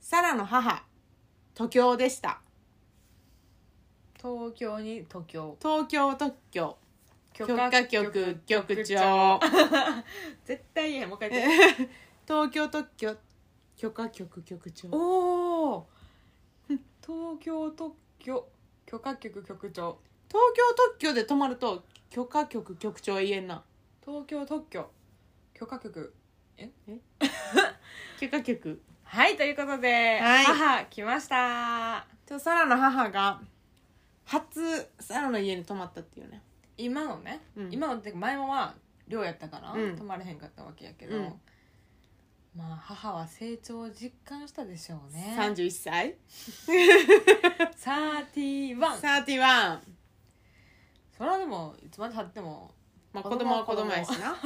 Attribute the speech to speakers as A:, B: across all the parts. A: サラの母、徒競でした。
B: 東京に東京
A: 東京特許許可局局長
B: 長絶対言えへんもう一回言って
A: 東京特許許可局局長
B: おお東京特許許可局局長
A: 東京特許で泊まると許可局局長は言えんな
B: 東京特許許可局
A: 許可局
B: はいということで、
A: はい
B: 母来ました
A: とサラの母が初サラの家に泊まったっていうね
B: 今のね、
A: うん
B: 今のってか前もは寮やったから、
A: うん
B: 泊まれへんかったわけやけど、
A: うん
B: まあ母は成長を実感したでしょうね
A: 31歳
B: 31
A: 31
B: それはでもいつまでたっても
A: まあ
B: 子
A: 子
B: 供
A: 供
B: は
A: は
B: 子
A: 子
B: 供
A: 供やしな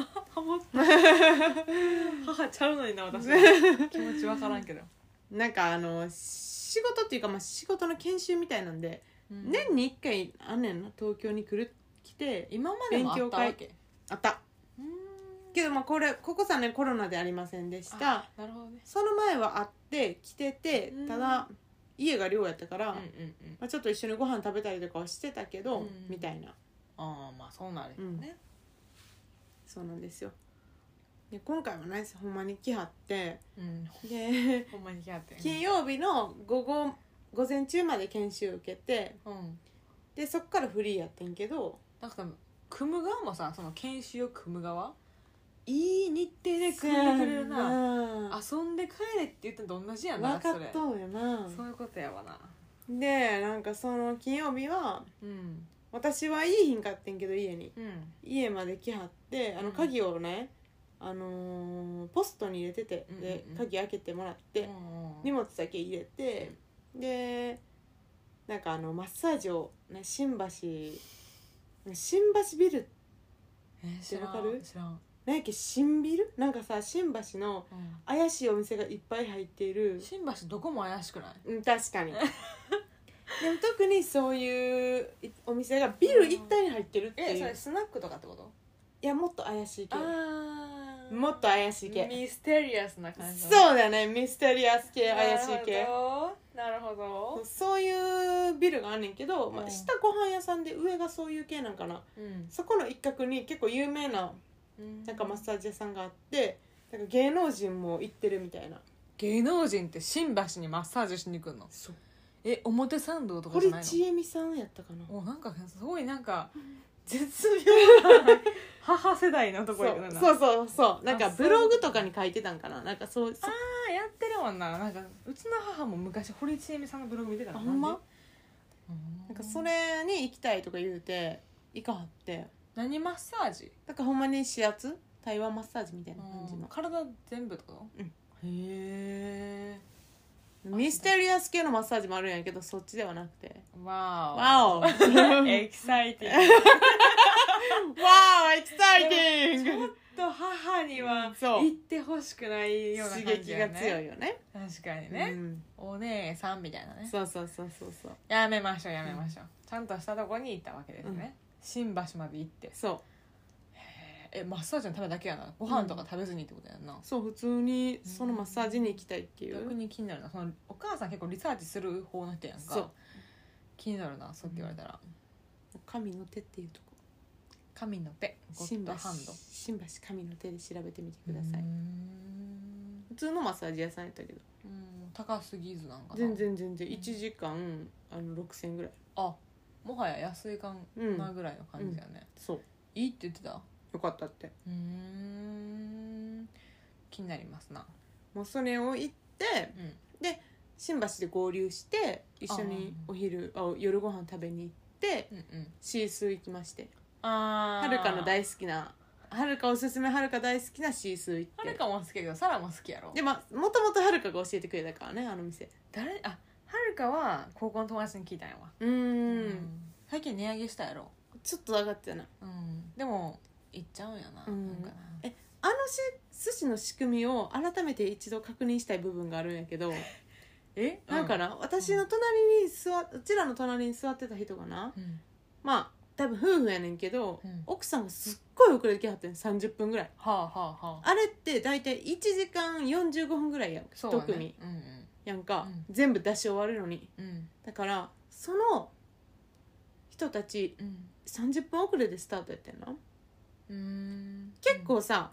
B: 母ちゃうのにな 私気持ちわからんけど、
A: なんかあの仕事っていうかまあ仕事の研修みたいなんで
B: うん
A: 年に1回あんねんな東京に来る来て
B: 今までもあったわ
A: 勉
B: け
A: あった
B: うー
A: けどまあこれここ3年コロナでありませんでし
B: ん
A: た
B: あなるほどね
A: その前は会って来てて
B: うん
A: ただ家が寮やったから、
B: うんうんうん
A: まあ、ちょっと一緒にご飯食べたりとかはしてたけど、
B: うん
A: みたいな
B: ああまあそうなるよね、
A: そうなんですよで今回はねほんまに来はって
B: うん、
A: で
B: ほんまに来はって
A: 金曜日の午後午前中まで研修受けて
B: うん
A: でそっからフリーやってんけど
B: なんかさ組む側もさその研修を組む側
A: いい日程で
B: 組んでくれるな
A: な
B: 遊んで帰れって言ったのと同じやな
A: 分かっ
B: それ
A: とんよな
B: そういうことやわな
A: でなんかその金曜日は
B: うん
A: 私はいい日んかってんけど家に
B: うん
A: 家まで来はってあ
B: う
A: の
B: ん
A: 鍵をね、あのーポストに入れてて
B: うんうんうん
A: で鍵開けてもらって、
B: うん
A: 荷物だけ入れてでなんかあのマッサージを、ね、新橋新橋ビル
B: えー知ら
A: わかる
B: ん知らん、
A: 何やっけ新ビルなんかさ新橋の
B: うん
A: 怪しいお店がいっぱい入っている
B: 新橋どこも怪しくない
A: うん確 かにでも特にそういういお店がビル一帯に入ってるっていう、い
B: スナックとかってこと
A: やもっと怪しい系
B: ああ
A: もっと怪しい系
B: ミステリアスな感じう
A: そうだねミステリアス系怪しい系
B: なるほど
A: そういうビルがあんねんけど、ま
B: う
A: あ、
B: ん
A: 下ご飯屋さんで上がそういう系なんかな
B: うん
A: そこの一角に結構有名ななんかマッサージ屋さんがあってなんか芸能人も行ってるみたいな
B: 芸能人って新橋にマッサージしに来るの
A: そう
B: え表参道とかじ
A: 堀
B: ゃない
A: ちえみさんやったかな
B: のおなんかすごいなんか 絶妙な母世代のとこ
A: そ
B: 行くな
A: う
B: あ
A: そうそうそうなんか
B: あそ
A: ブ
B: う
A: ログとかに書いてたんかななんかそうそう
B: ーやってるもんななんかうちの母も昔堀ちえみさんのブログ見てたの
A: あほんま
B: うん
A: なんかそれに行きたいとか言うて行かはって
B: 何マッサージ
A: なんかほんまに指圧台湾マッサージみたいな感じの
B: 体全部ってこと
A: うん
B: へえ
A: ミステリアス系のマッサージもあるんやけどそっちではなくて
B: わ
A: わ
B: お
A: おわおエ
B: エキサイティング
A: キサイティン
B: ちょ
A: グ
B: っと母には
A: そう
B: 行ってほしくないような
A: 刺
B: 感
A: 激
B: じ
A: が
B: や
A: 強
B: ね
A: いよね
B: 確かにね、
A: うん
B: お姉さんみたいなね
A: そうそうそうそうそう
B: やめましょうやめましょう、ちゃんとしたとこに行ったわけですね、新橋まで行って
A: そう
B: えマッサージのためだけやなご飯とか食べずにってことやんな、
A: そう普通にそのマッサージに行きたいっていう、
B: 逆に気になるなそのお母さん結構リサーチする方の人やんか
A: そう
B: 気になるなそうって言われたら、
A: 神の手っていうとこ
B: 神の手ゴッ
A: 新橋
B: ドハンド
A: 新橋神の手で調べてみてください、
B: うーん
A: 普通のマッサージ屋さんやったけど
B: うん高すぎずなんかな
A: 全然全然
B: うん
A: 1時間、あの6000ぐらい
B: あもはや安いかなぐらいの感じだよね、
A: そう
B: いいって言ってた
A: よかったって
B: うーん気になりますな
A: もうそれを行って
B: うん
A: 新橋で合流して一緒にお昼あ夜ご飯食べに行って
B: うんうん
A: シースー行きまして
B: あ
A: はるかの
B: 好
A: 大好きなはるかおすすめはるか大好きなシースー行
B: は
A: っ
B: る
A: て
B: かも好きやけどサラも好きやろ
A: でまあもともとはるかが教えてくれたからねあの店
B: 誰あはるかは高校の友達に聞いたんやわ
A: うー
B: うん最近値上げしたやろ
A: ちょっと上がってたな
B: うんでも行っちゃうんやな,、
A: うん
B: なんかな
A: えあのし寿司の仕組みを改めて一度確認したい部分があるんやけど
B: え
A: なんか
B: な、
A: な、私の隣に座うちらの隣に座ってた人がな
B: うん
A: まあ多分夫婦やねんけど、
B: うん
A: 奥さんがすっごい遅れてきはってん30分ぐらい
B: はあはあはあ
A: あれって大体1時間45分ぐらいやん
B: そうだね
A: 特に
B: うんうん
A: やんか、
B: うん
A: 全部出し終わるのに
B: うん
A: だからその人たち
B: うん
A: 30分遅れでスタートやってんな
B: うーん
A: 結構さ、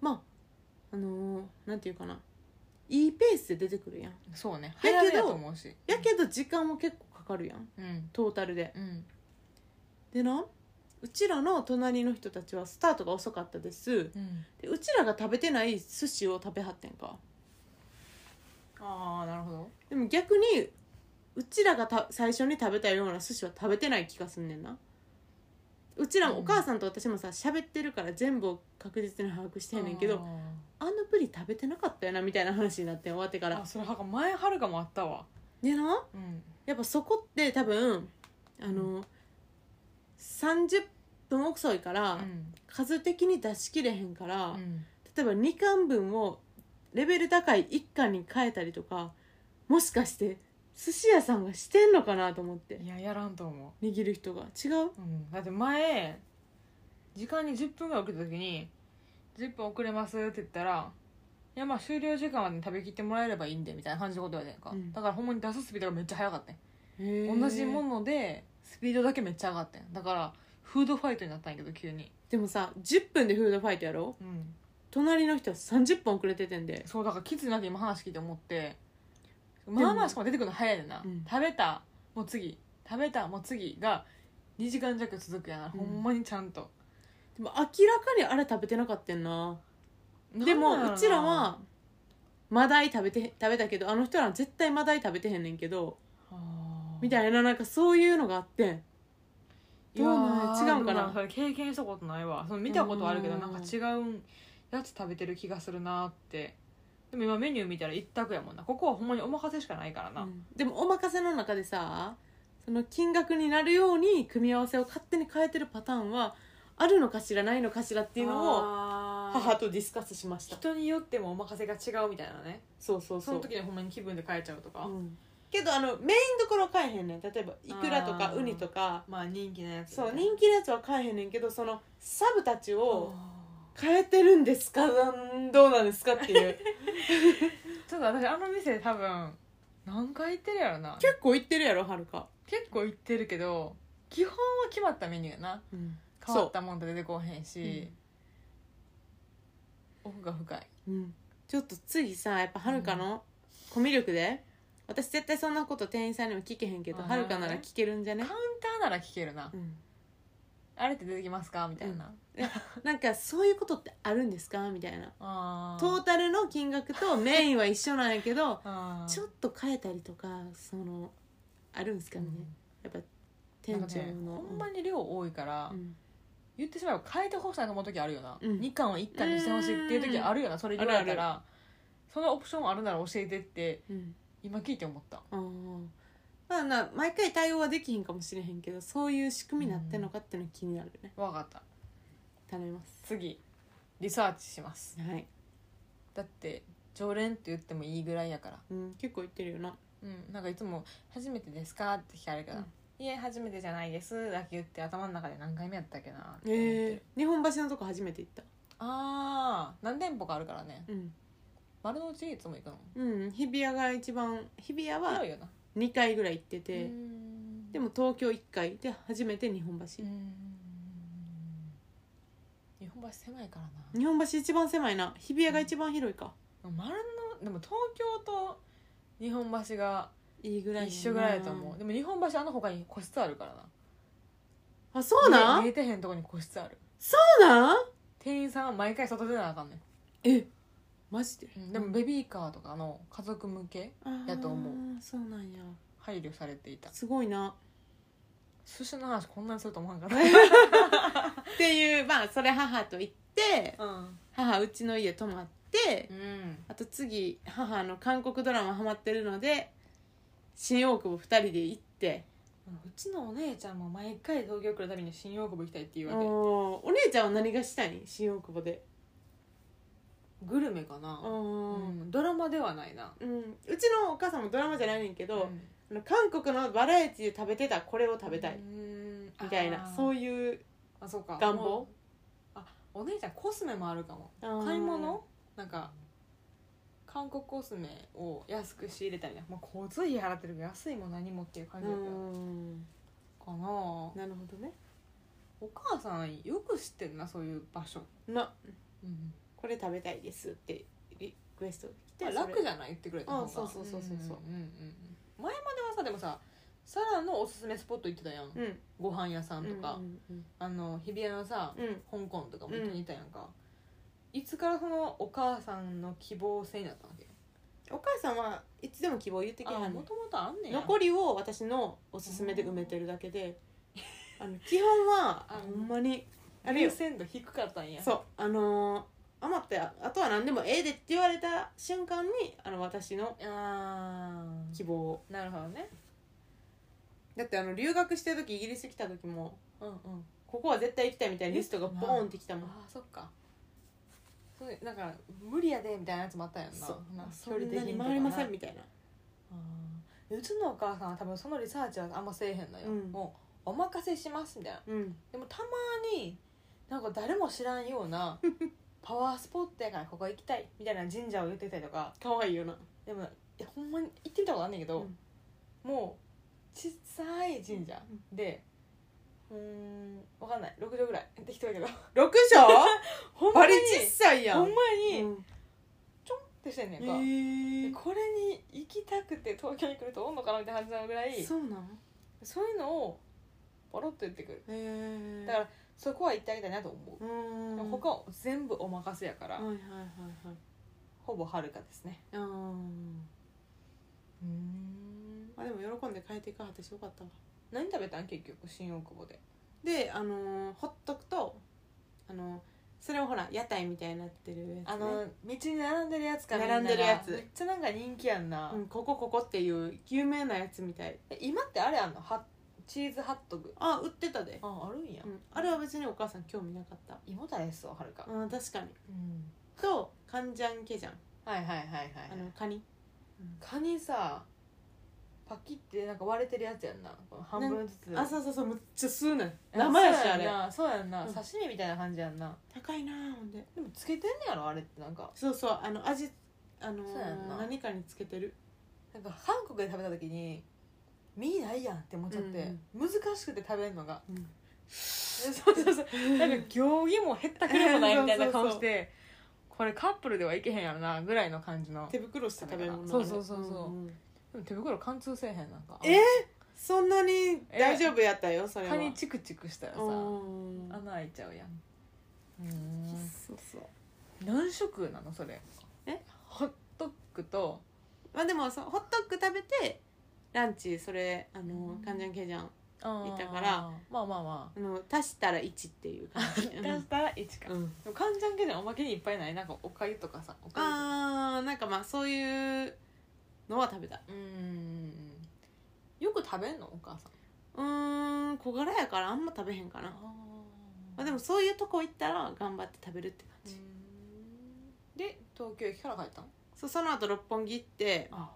A: まああのーなんていうかないいペースで出てくるやん
B: うんそうね
A: けど
B: 早めやと思うし
A: やけど時間も結構かかるやん
B: うん
A: トータルで
B: うん
A: でなうちらの隣の人たちはスタートが遅かったです
B: うん
A: でうちらが食べてない寿司を食べはってんか
B: ああなるほど
A: でも逆にうちらがた最初に食べたような寿司は食べてない気がすんねんなうちらも
B: うん
A: お母さんと私もさ喋ってるから全部を確実に把握してんねんけどあのプリ食べてなかったよなみたいな話になってん終わってか
B: あー
A: ら
B: あそれはか前はるかもあったわ
A: でな
B: うん
A: やっぱそこって多分あの30分遅いから、
B: うん
A: 数的に出しきれへんから、
B: うん
A: 例えば2巻分をレベル高い1巻に変えたりとかもしかして寿司屋さんがしてんのかなと思って
B: いややらんと思う
A: 握る人が違う
B: うん、だって前時間に10分ぐらい遅れた時に「10分遅れます」って言ったら「いやまあ終了時間までに食べきってもらえればいいんで」みたいな感じのことやねんか、
A: うん
B: だからほんまに出すスピードがめっちゃ速かったね
A: 同
B: 同じものでスピードだけめっちゃ上がったんだからフードファイトになったんやけど急に、
A: でもさ10分でフードファイトやろ隣の人は30分遅れててんで
B: そうだからきついなって今話聞いて思って
A: も
B: まあまあしかも出てくるの早いねんな、
A: うん
B: 食べたもう次食べたもう次が2時間弱続くやな、
A: うん
B: ほんまにちゃんと
A: でも明らかにあれ食べてなかったんなで
B: なんやろ
A: も
B: な
A: うちらはマダイ食べて食べたけどあの人らは絶対マダイ食べてへんねんけど
B: あー
A: みたいななんかそういうのがあってんどうなん
B: いやー
A: 違うんか
B: ど
A: な
B: それ経験したことないわその見たことはあるけど
A: うん
B: なんか違うやつ食べてる気がするなってでも今メニュー見たら一択やもんなここはほんまにお任せしかないからな、
A: うんでもお任せの中でさその金額になるように組み合わせを勝手に変えてるパターンはあるのかしらないのかしらっていうのを
B: を
A: 母とディスカスしました
B: 人によってもお任せが違うみたいなね
A: そうそう
B: そ
A: そう
B: の時にほんまに気分で変えちゃうとか、
A: うんけどあのメインどころは変えへんねん例えばイクラとか
B: あー
A: ウニとか
B: まあ人気なやつ
A: そう人気のやつは変えへんねんけどそのサブたちを
B: あ
A: 変えてるんですかなんどうなんですかっていう
B: ーちょっと私あの店多分何回行ってるやろな
A: 結構いってるやろはるか、
B: 結構行ってるけど基本は決まったメニューやな変わったもんと出てこうへんし、奥が深い
A: うん、ちょっと次さやっぱはるかのコミュ力で、私絶対そんなこと店員さんにも聞けへんけど
B: あ
A: はるかな
B: なるほど
A: ら
B: ね
A: 聞けるんじゃね
B: カウン、ターなら聞けるな
A: うん、
B: あれって出てきますかみたいな、
A: なんかそういうことってあるんですかみたいな
B: あー
A: トータルの金額とメインは一緒なんやけ ど
B: あー
A: ちょっと変えたりとかそのあるんですか
B: う
A: ね、
B: ん
A: やっぱ
B: な
A: 店
B: んか
A: 長
B: ね
A: の、
B: ほんまに量多いから、
A: うん
B: 言ってしまえば変えてほしいなと思う時あるよな、
A: うん
B: 2巻を1巻にしてほしいっていう時あるよなそれ言われ
A: あ
B: た
A: る
B: らそのオプションあるなら教えてって
A: うん
B: 今聞いて思った
A: うんあーまあな毎回対応はできひんかもしれへんけどそういう仕組みになってんのかっていうの気になるね
B: わかった
A: 頼みます
B: 次リサーチします
A: はい、
B: だって常連って言ってもいいぐらいやから
A: うん、結構言ってるよな
B: うん、なんかいつも「初めてですか?」って聞かれるから
A: うん
B: 「いえ初めてじゃないです」だけ言って頭の中で何回目やったっけなって思って
A: え
B: る
A: ー、日本橋のとこ初めて行った
B: ああ何店舗かあるからね
A: うん、
B: 丸の内いつも行くの
A: うん、日比谷が一番日比谷は
B: 広いよな
A: 2回ぐらい行ってて、で
B: で
A: も東京1回で初めて日本橋、
B: 日本橋狭いから
A: 日本橋一番狭いな日比谷が一番広いか、
B: な丸のでも東京と日本橋が
A: いいぐらい
B: 一緒ぐらいだと思う
A: う
B: でも日本橋あの他に個室あるからな
A: あそうなん
B: 見
A: そ
B: えてへんとこに個室ある
A: うなん
B: 店員さんは毎回外出なあかんねん
A: えマジで、
B: うんでもベビーカーとかの家族向けやと思う
A: うそうなんや
B: 配慮されていた
A: すごいな
B: 寿司の話こんなにすると思わんかっ
A: っていうまあそれ母と行って
B: たうん
A: 母うちの家泊まって
B: うん
A: あと次母の韓国ドラマハマってるので新大久保2人で行って
B: うちのお姉ちゃんも毎回東京来るたびに新大久保行きたいって言うわ
A: おーお姉ちゃんは何がしたい新大久保で
B: けグルメかなう
A: うん
B: んドラマではないな
A: うんうちのお母さんもドラマじゃないねんけど、あの韓国のバラエティで食べてたこれを食べたい
B: み
A: みたいな
B: う
A: そ
B: ん
A: ういう
B: あそうか
A: 願望
B: もうあお姉ちゃんコスメもあるかも
A: あー
B: 買い物なんか韓国コスメを安く仕入れたりな、まあ、交通費払ってるけど安いも何もっていう感じだったよ
A: ん
B: かなお
A: なるほどね
B: 母さんよく知ってるなそういう場所、
A: な
B: うん、
A: これ食べたいですってリクエスト来て
B: まあ
A: それ
B: 楽じゃない言ってくれた方が
A: あそうそうそうそうそう
B: うんうんうんうん前まではさでもさサラのおすすめスポット行ってたやん、
A: うん
B: ご飯屋さんとか、
A: うんうん
B: あの日比谷のさ、
A: うんうん
B: 香港とかも行ってたやんか、いつからそのお母さんの希望性になったわけ
A: お母さんはいつでも希望言ってきはんねん
B: もともとあんねん
A: 残りを私のおすすめで埋めてるだけであの基本は
B: あ
A: ほんまにあれ
B: 優
A: よ
B: 先度低かったんや
A: そうあのー余ってあとは何でもええでって言われた瞬間にあの私の
B: あ
A: 希望を
B: あなるほどね
A: だってあの留学してる時イギリス来た時も
B: うんうん
A: ここは絶対行きたいみたいなリストがボーンってきた
B: あ
A: もん
B: ーそっかそういうなんか無理やでみたいなやつもあったやんな
A: そう
B: な
A: そんなに回りませんみたいな
B: あーうちのお母さんは多分そのリサーチはあんませえへんのよ、
A: うん
B: もうお任せしますみたいな
A: うん
B: でもたまになんか誰も知らんよう なパワースポットやからここ行きたいみたいな神社を言ってたりとか
A: 可愛いよな
B: でもいやほんまに行ってみたことあんねんけど、
A: うん
B: もうちっさい神社でうーんわかんない6畳ぐらい 適当や けど
A: 6畳
B: ほん
A: バ
B: ま
A: リ
B: に
A: ちっさいやん
B: ほんまに、
A: う
B: っ
A: ん
B: てしてんねんか、
A: へ
B: でこれに行きたくて東京に来るとおんのかなみたいな感じなぐら
A: え
B: いそ
A: そうなの
B: ういうのをポロッと言ってくる
A: へえ
B: だからそこは行ってあげたいなと思う、
A: うーん
B: でも他は全部お任せやから、
A: はいはいはいはい
B: ほぼはるかですね
A: あー
B: うん
A: まあでも喜んで変えていかはってしよかったわ
B: 何食べたん結局新大久保で
A: であのーほっとくとあのーそれをほら屋台みたいになってるやつ、ね、
B: あの道に並んでるやつか
A: 並んでるやつ
B: みながめっちゃなんか人気やんな、
A: うん、ここここっていう有名なやつみたい
B: え今ってあれあんのハチーズハットグ
A: あ売ってたで、
B: ああるんや、
A: うん、あれは別にお母さん興味なかった
B: 胃もたれしそうはるか、
A: うん確かに
B: うん、
A: とカンジャンケジャン
B: はいはいはいはいはい
A: あのカニ
B: カニさパキってなんか割れてるやつやんなこの半分ずつ
A: あそうそうそうむっちゃ吸うねん
B: いや
A: 生やしあ
B: そ
A: れ
B: うやんなそうやんな、
A: うん
B: 刺身みたいな感じやんな
A: 高いなあほんで
B: でもつけてんねやろあれってなんか
A: そうそうあの味あのー
B: そうやんな
A: 何かにつけてる
B: なんか韓国で食べた時に身ないやんって思っちゃって、難しくて食べるのが
A: うん
B: そうそうそう なんか行儀もへったくれもないみたいな顔してこれカップルではいけへんやろなぐらいの感じの
A: 手袋して食べるもんな
B: そうそうそうそう
A: ん
B: んでも手袋貫通せえへんなんか
A: えそんなに大丈夫やったよそれは
B: カニチクチクしたらさ
A: うん
B: 穴開いちゃうやん
A: そうそう
B: 何色なのそれ
A: え
B: ホットクと
A: まあでもそうホットッグ食べてランチそれあの
B: うん
A: カンジャンケジャンー
B: いたからまあまあま
A: あの足したら1っていう感 じ
B: 出したら1か、
A: うんうん
B: でもカンジャンケジャンおまけにいっぱいないなんかおかゆとかさおかゆとか
A: あーなんかまあそういうのは食べた
B: うーんよく食べんのお母さん
A: うーん小柄やからあんま食べへんかな、まあ、で
B: も
A: もそういうとこ行ったら頑張って食べるって感じ、
B: で東京駅から帰ったん
A: そうその後六本木行って、
B: あ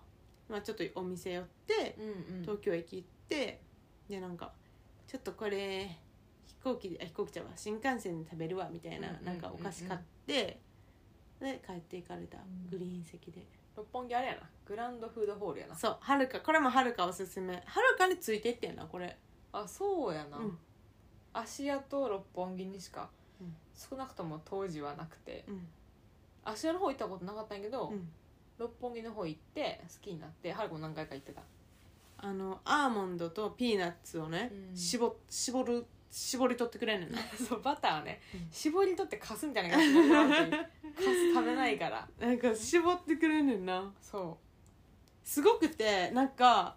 A: まあ、ちょっとお店寄って
B: うんうん
A: 東京駅行ってでなんかちょっとこれ飛行機であ飛行機ちゃうわ新幹線で食べるわみたいな
B: うんうんうんうん
A: なんかお菓子買ってで帰っていかれたグリーン席で
B: 六本木あれやなグランドフードホールやな
A: そうはるかこれもはるかおすすめはるかについてってんなこれ
B: あそうや
A: う
B: な、
A: ん
B: 芦屋と六本木にしか、
A: うん
B: 少なくとも当時はなくて
A: うん
B: 芦屋の方行ったことなかったんやけど、
A: うん
B: 六本木の方行って好きになって春子も何回か行ってた、
A: あのアーモンドとピーナッツをね
B: 絞
A: 絞絞る絞り取ってくれんねんな
B: そうバターね、
A: うん
B: 絞り取ってカスみたい な感じで カス食べないから
A: なんか絞ってくれんねんな
B: そ
A: すごくてなんか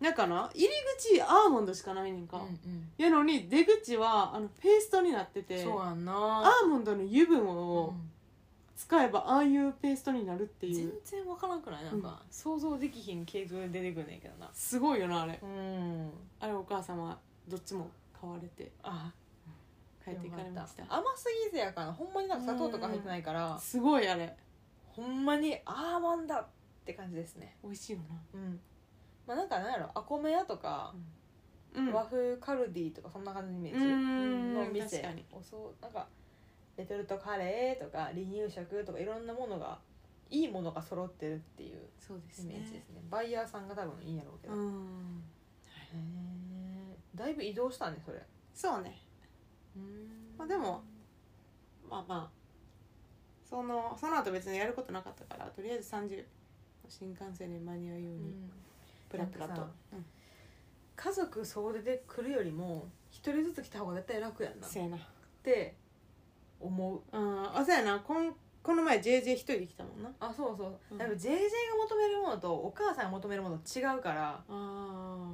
A: なんかな入り口アーモンドしかないねん
B: う、
A: か、やのに出口はあのペーストになってて
B: そうやん
A: ア
B: な
A: ーモンドの油分
B: う
A: を
B: ん
A: 使えばああいうペーストになるってい
B: 全
A: う
B: 然わからんくないなんか、想像できひん系統で出てくんねんけどな
A: すごいよなあれ
B: うん
A: あれお母様どっちも買われて
B: あ
A: 帰っていかれまし
B: よ
A: た
B: かっ甘すぎずやからほんまになんか砂糖とか入ってないから
A: すごいあれ
B: ほんまにアーモンドって感じですね
A: 美味しいよ
B: うんまあなんかなんやろアコメ屋とか、
A: なうん
B: 和風カルディとかそんな感じのイメージ
A: うん
B: の店
A: 確かに
B: おそうなんかレトルトカレーとか離乳食とかいろんなものがいいものが揃ってるっていう
A: そうです
B: イメ
A: ね
B: ージですねバイヤーさんが多分いいんやろうけど、
A: う
B: へ
A: ん
B: えだいぶ移動したねそれ
A: そうねまあでもまあまあそのその後別にやることなかったからとりあえず30新幹線に間に合うように
B: うん
A: プラプラ
B: なん
A: と
B: かさ、家族総出で来るよりも一人ずつ来た方が絶対楽やんなっ
A: せやな
B: て思う
A: うんあそうやなこんこの前 JJ 一人で来たもんな
B: あそうそう、
A: うん
B: でも JJ が求めるものとお母さんが求めるもの違うから
A: あ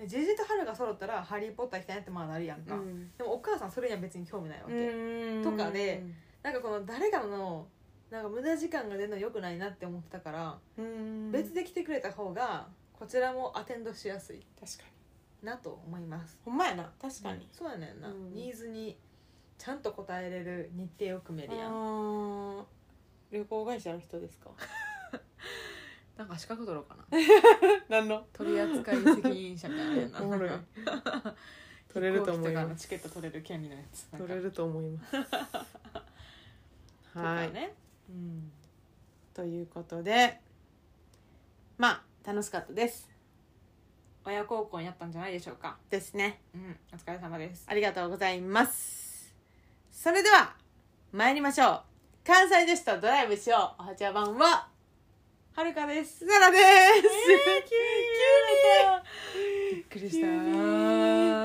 B: JJ と春が揃ったら「ハリー・ポッター行きたいな」ってまあなるやん
A: う
B: か、
A: ん
B: でもお母さんそれには別に興味ないわけ、
A: うん
B: とかでなんかこの誰かのなんか無駄時間が出るの良くないなって思ってたから、
A: うん
B: 別で来てくれた方がこちらもアテンドしやすい
A: 確かに
B: なと思います
A: ほんまやな確かに、
B: そうやねんな、
A: うん
B: ニーズにちゃんと応えれる日程を組めるやん
A: あー旅行会社の人ですか
B: なんか資格取ろうかな
A: 何の
B: 取扱責任者みたいなや
A: おもろい取れると思います
B: チケット取れる権利のやつ
A: 取れる と思います
B: は
A: はいい
B: ねうん
A: ということでまあ楽しかったです
B: 親孝行になったんじゃないでしょうか
A: ですね
B: うんお疲れ様です
A: ありがとうございますそれでは参りましょう関西女子とドライブしようおはちゃ版は
B: はるかです
A: すならです、
B: びっくり
A: した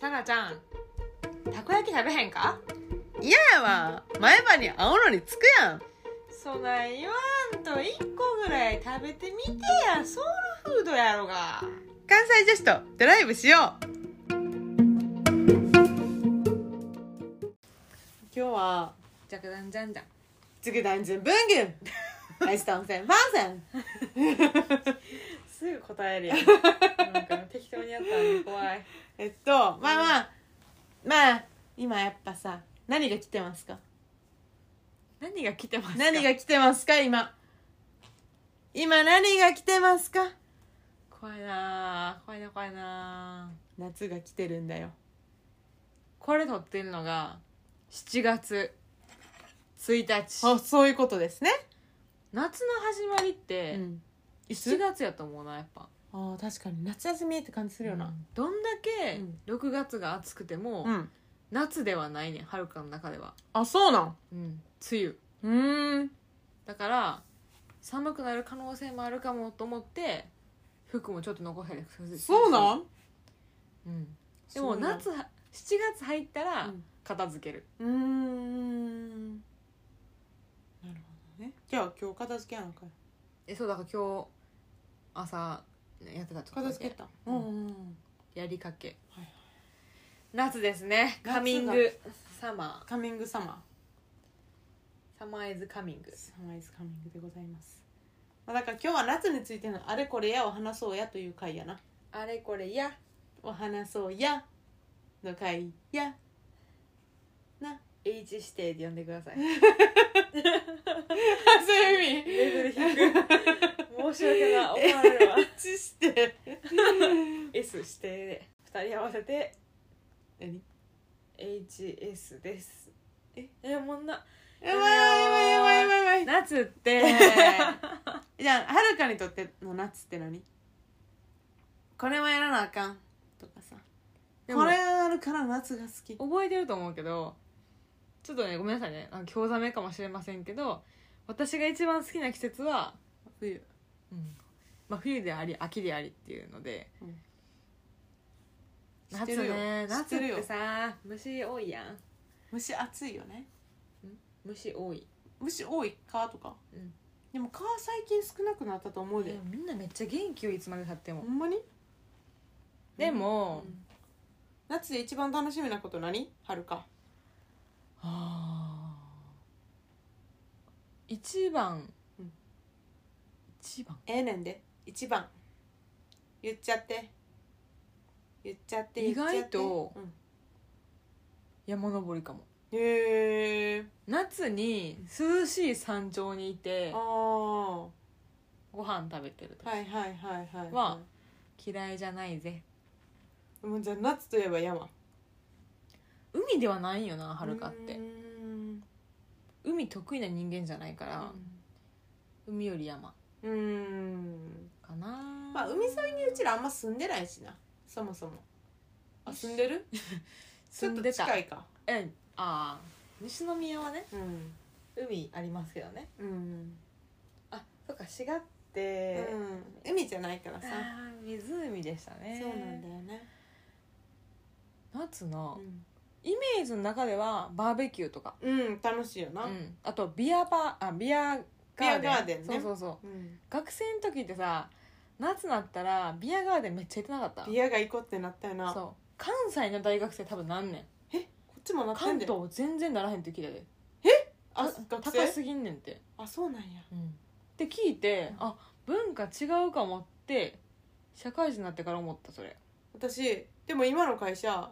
B: さなちゃんたこ焼き食べへんか
A: いややわ前歯に青のにつくやん
B: そない言わんと一個ぐらい食べてみてやソウルフードやろが
A: 関西女子とドライブしよう今日は
B: じゃくだんじゃんじゃん
A: 次く단순분균 大当線番線
B: すぐ答 えるやんなんか適当にやったの怖い
A: えっとまあまあまあ今やっぱさ何が来てますか
B: 何が来てます
A: 何が来てますか今今何が来てますか
B: 怖いなあ怖いな怖いなあ
A: 夏が来てるんだよ
B: これ撮ってるのが7月1
A: あ
B: 日
A: そういうことですね、
B: 夏の始まりって、
A: ん、いつ
B: 7月やと思うなやっぱ
A: ああ確かに夏休みって感じするよな
B: どんだけ
A: うん
B: 6月が暑くても、
A: ん
B: 夏ではないねんはるかの中では、
A: あそうなん
B: うん、梅雨
A: うーん
B: だから寒くなる可能性もあるかもと思って服もちょっと残したりする
A: そうなん
B: うん、でも夏は7月入ったら
A: うん
B: 片付ける、
A: うーんなるほどねじゃあ今日片付けやんか
B: えそうだから今日朝ねやってたちょっと
A: 片
B: だけ
A: 付けた
B: うん
A: うん
B: やりかけ、
A: はいはい
B: 夏ですね
A: 夏だ
B: カミングサマ
A: カミングサマ
B: ーサマーイズカミング
A: ーサマーイズカミングでございますまあだから今日は夏についてのあれこれやを話そうやという回やな
B: あれこれや
A: お話そうやの回 や
B: H 指定で呼んでください
A: そういう意味
B: レベル低い申し訳 ない怒られるわ
A: 一致して
B: S 指定で2人合わせて
A: 何
B: HS です
A: え
B: えもんな
A: やばいやばいやばいやばいやばい
B: 夏って
A: じゃあはるかにとっての夏って何これはやらなあかんとかさ
B: でも
A: これがあるから夏が好き
B: 覚えてると思うけどちょっとねごめんなさいねあの興ざめかもしれませんけど私が一番好きな季節は
A: 冬
B: まあ、冬であり秋でありっていうので、
A: うん知っ
B: 夏
A: てるよ
B: ね
A: 知っ
B: 夏
A: て
B: っ
A: るよ
B: てさ虫多いやん
A: 虫暑いよね
B: 虫多い
A: 虫多い蚊とか、
B: うん
A: でも蚊は最近少なくなったと思うで、
B: みんなめっちゃ元気よいつまでたっても
A: ほんまに
B: でも、
A: うん夏で一番楽しみなこと何春か
B: あー一番、
A: うん
B: 一番
A: ええねんで一番言っちゃって言っちゃって
B: 意外
A: 言っちゃって
B: と
A: うん
B: 山登りかも
A: へえ
B: 夏に涼しい山頂にいて
A: ああは
B: ご飯食べてると
A: いはいはいはい、はい
B: は嫌いじゃないぜ
A: もうじゃあ夏といえば山
B: 海ではないんよなはるかっ
A: う
B: て
A: ーん
B: 海得意な人間じゃないから、海より山
A: うんうん
B: かな
A: まあ海沿いにうちらあんま住んでないしなそもそもあ住んでるちょ
B: 住
A: っ
B: ん
A: と
B: でた
A: 近いか
B: えああ西宮はね
A: うん
B: 海ありますけどね
A: うん、
B: あそっか滋賀って
A: うん、海じゃないからさ
B: あー湖でしたね
A: そうなんだよね、
B: 夏の
A: うん
B: イメージの中ではバーベキューとか、
A: うん、楽しいよな、
B: うん、あとビアバーあビアガーデン
A: ビアガーデンね
B: そうそうそう
A: うん
B: 学生の時ってさ夏になったらビアガーデンめっちゃ行ってなかった
A: ビアが行こうってなったよなこ
B: そう関西の大学生多分なんねん
A: っちもなって
B: 関
A: んだよ
B: 東全然ならへんって聞いたで
A: あ
B: た
A: 学
B: 高
A: 生
B: すぎんねんって、
A: あそうなんや
B: って聞いて、
A: うん
B: あ文化違うかもって社会人になってから思ったそれ
A: 私でも今の会社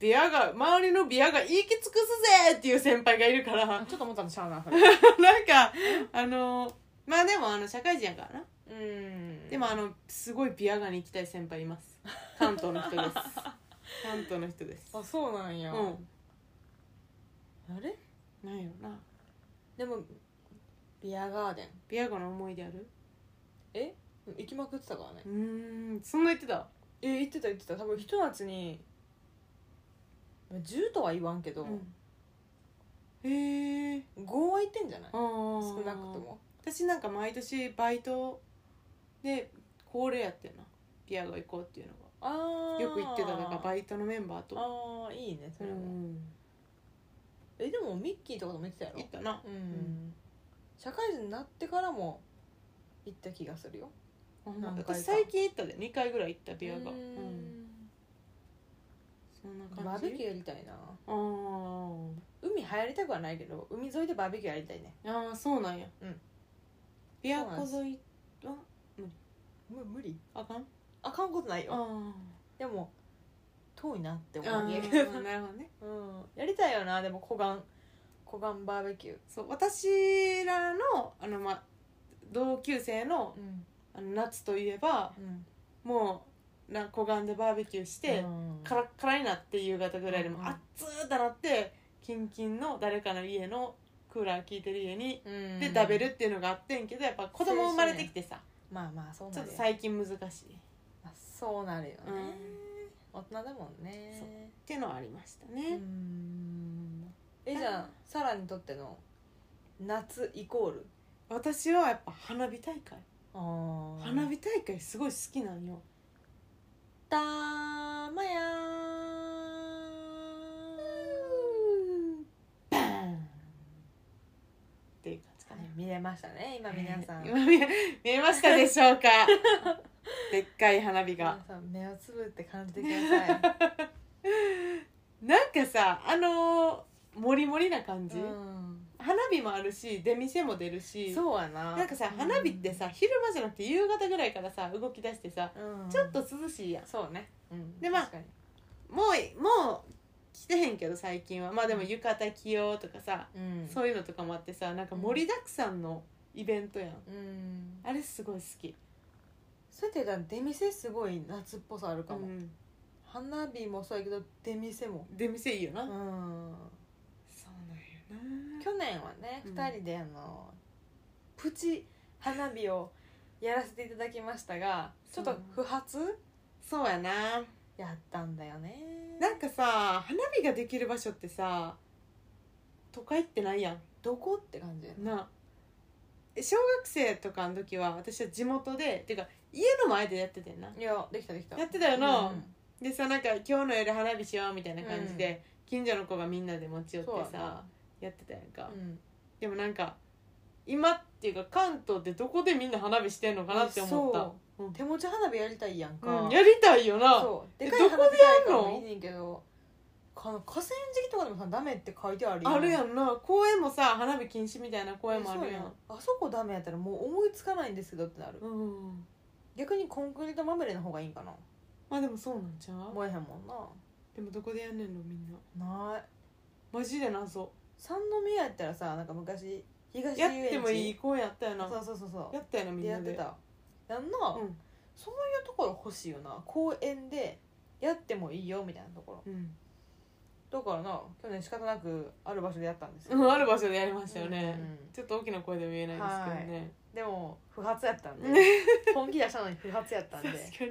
A: ビアが周りのビアが言いき尽くすぜっていう先輩がいるから
B: あちょっと思ったのしゃあなそれ
A: なんかあのまあでもあの社会人やからな
B: うん
A: でもあのすごいビアガに行きたい先輩います関東の人 です関東の人です
B: あそうなんや、
A: う
B: あれ
A: んなんやろな
B: でもビアガーデン
A: ビアガの思い出ある
B: え行きまくってたからね
A: うーんそんな言ってた
B: え行ってた行ってた多分ひと夏に10とは言わんけど、
A: うんへえ
B: 5は行ってんじゃない
A: 少
B: 少なくとも
A: 私なんか毎年バイトで恒例やってんなビアガ行こうっていうのが
B: あー
A: よく行ってたなんかバイトのメンバーと
B: あーいいねそれも、
A: ん
B: えでもミッキーとかとも行ってたやろ
A: 行ったな
B: うん、
A: ん
B: 社会人になってからも行った気がするよ何回か
A: 私最近行ったで2回ぐらい行ったビアが
B: う
A: うん
B: ん
A: そんな
B: バ
A: 感
B: ー
A: じ
B: ベキューやりたいな
A: あー
B: 海入りたくはないけど海沿いでバーベキューやりたいね
A: あーそうなんや
B: うん
A: ビアガ沿いは
B: む無理
A: あかん
B: あかんことないよ
A: あ
B: でも遠いなって
A: ー
B: 思
A: あ
B: うけ
A: ー なるほどね
B: ど、うん、やりたいよなでも湖岸湖岸バーベキュー、
A: そう私らのあの、ま、同級生の
B: うん
A: あの夏といえば
B: うん、
A: もうな湖岸でバーベキューして、カラッカラになって夕方ぐらいでも、
B: うんうん
A: あっつーってなってキンキンの誰かの家のクーラー効いてる家に、
B: うん
A: で食べるっていうのがあってんけどやっぱ子供生まれてきてさ、
B: まあまあそう
A: ちょ
B: な
A: っ
B: る
A: と
B: よ
A: 最近難しいっ
B: まあそうなるよね、大人だもん
A: そう
B: ね
A: ていうのはありました
B: うー
A: ね、
B: んえじゃあサラにとっての夏イコール
A: 私はやっぱ花火大会、
B: あ
A: 花火大会すごい好きなんよ
B: たまや
A: バーンっていう感じかな、
B: 見れましたね今皆さん
A: 今 見え見えましたでし ょうかでっかい花火が
B: 皆さん目をつぶって 感じてください
A: なんかさあのー、モリモリな感じ、
B: うん
A: 花火もあるし出店も出るし
B: そうやな
A: なんかさ花火ってさ、昼間じゃなくて夕方ぐらいからさ動き出してさ
B: うん
A: ちょっと涼しいやん
B: そうねうん
A: でまあ
B: 確かに
A: もうもう来てへんけど最近はまあでも浴衣着ようとかさ、
B: うん
A: そういうのとかもあってさなんか盛りだくさんのイベントやん
B: うん
A: あれすごい好き、
B: そうやって言ったら出店すごい夏っぽさあるか
A: う
B: も、
A: ん、
B: 花火もそうやけど出店も
A: 出店いいよな、
B: う
A: そうんなんやな
B: 去年はね、
A: うん
B: 2人であのプチ花火をやらせていただきましたがちょっと不発
A: そうやな
B: やったんだよね
A: なんかさ花火ができる場所ってさ都会ってないやん
B: どこって感じ
A: なえ小学生とかの時は私は地元でてか家の前でやっててんない
B: やできたできた
A: やってたよな
B: うん
A: でさなんか今日の夜花火しようみたいな感じで、近所の子がみんなで持ち寄って
B: そうや
A: さ
B: な
A: やってたやんか、
B: うん
A: でもなんか今っていうか関東ってどこでみんな花火してんのかなって思った
B: そう
A: うん
B: 手持ち花火やりたいやんか、
A: うんやりたいよな
B: そう
A: え
B: でかい花
A: ど
B: 火大会
A: こでやんの
B: もいいねんけどか河川敷とかでもさダメって書いてある
A: あるや
B: ん
A: んな公園もさ花火禁止みたいな公園もあ
B: そう
A: る
B: や
A: や
B: ん
A: ん
B: あそこダメやったらもう思いつかないんですけどってなる
A: うん
B: 逆にコンクリートまみれの方がいいんかな
A: まあでもそうなんちゃう
B: 燃えへんもんな
A: でもどこでやんねんのみんな
B: ない
A: マジで謎
B: 三宮やったらさなんか昔東
A: や
B: 遊
A: っ
B: 園地
A: てもいい公園やったよな
B: そうそうそうそ
A: やったよな
B: う
A: み
B: で
A: ん
B: や
A: な
B: って
A: で
B: たやんな、
A: うん
B: そういうところ欲しいよな公園でやってもいいよみたいなところ
A: うん
B: だからな去年仕方なくある場所でやったんですよ、
A: うんある場所でやりましたよね、
B: うん
A: ちょっと大きな声では言えないですけどね、
B: でも不発やったんで 本気出したのに不発やったんで
A: 確かに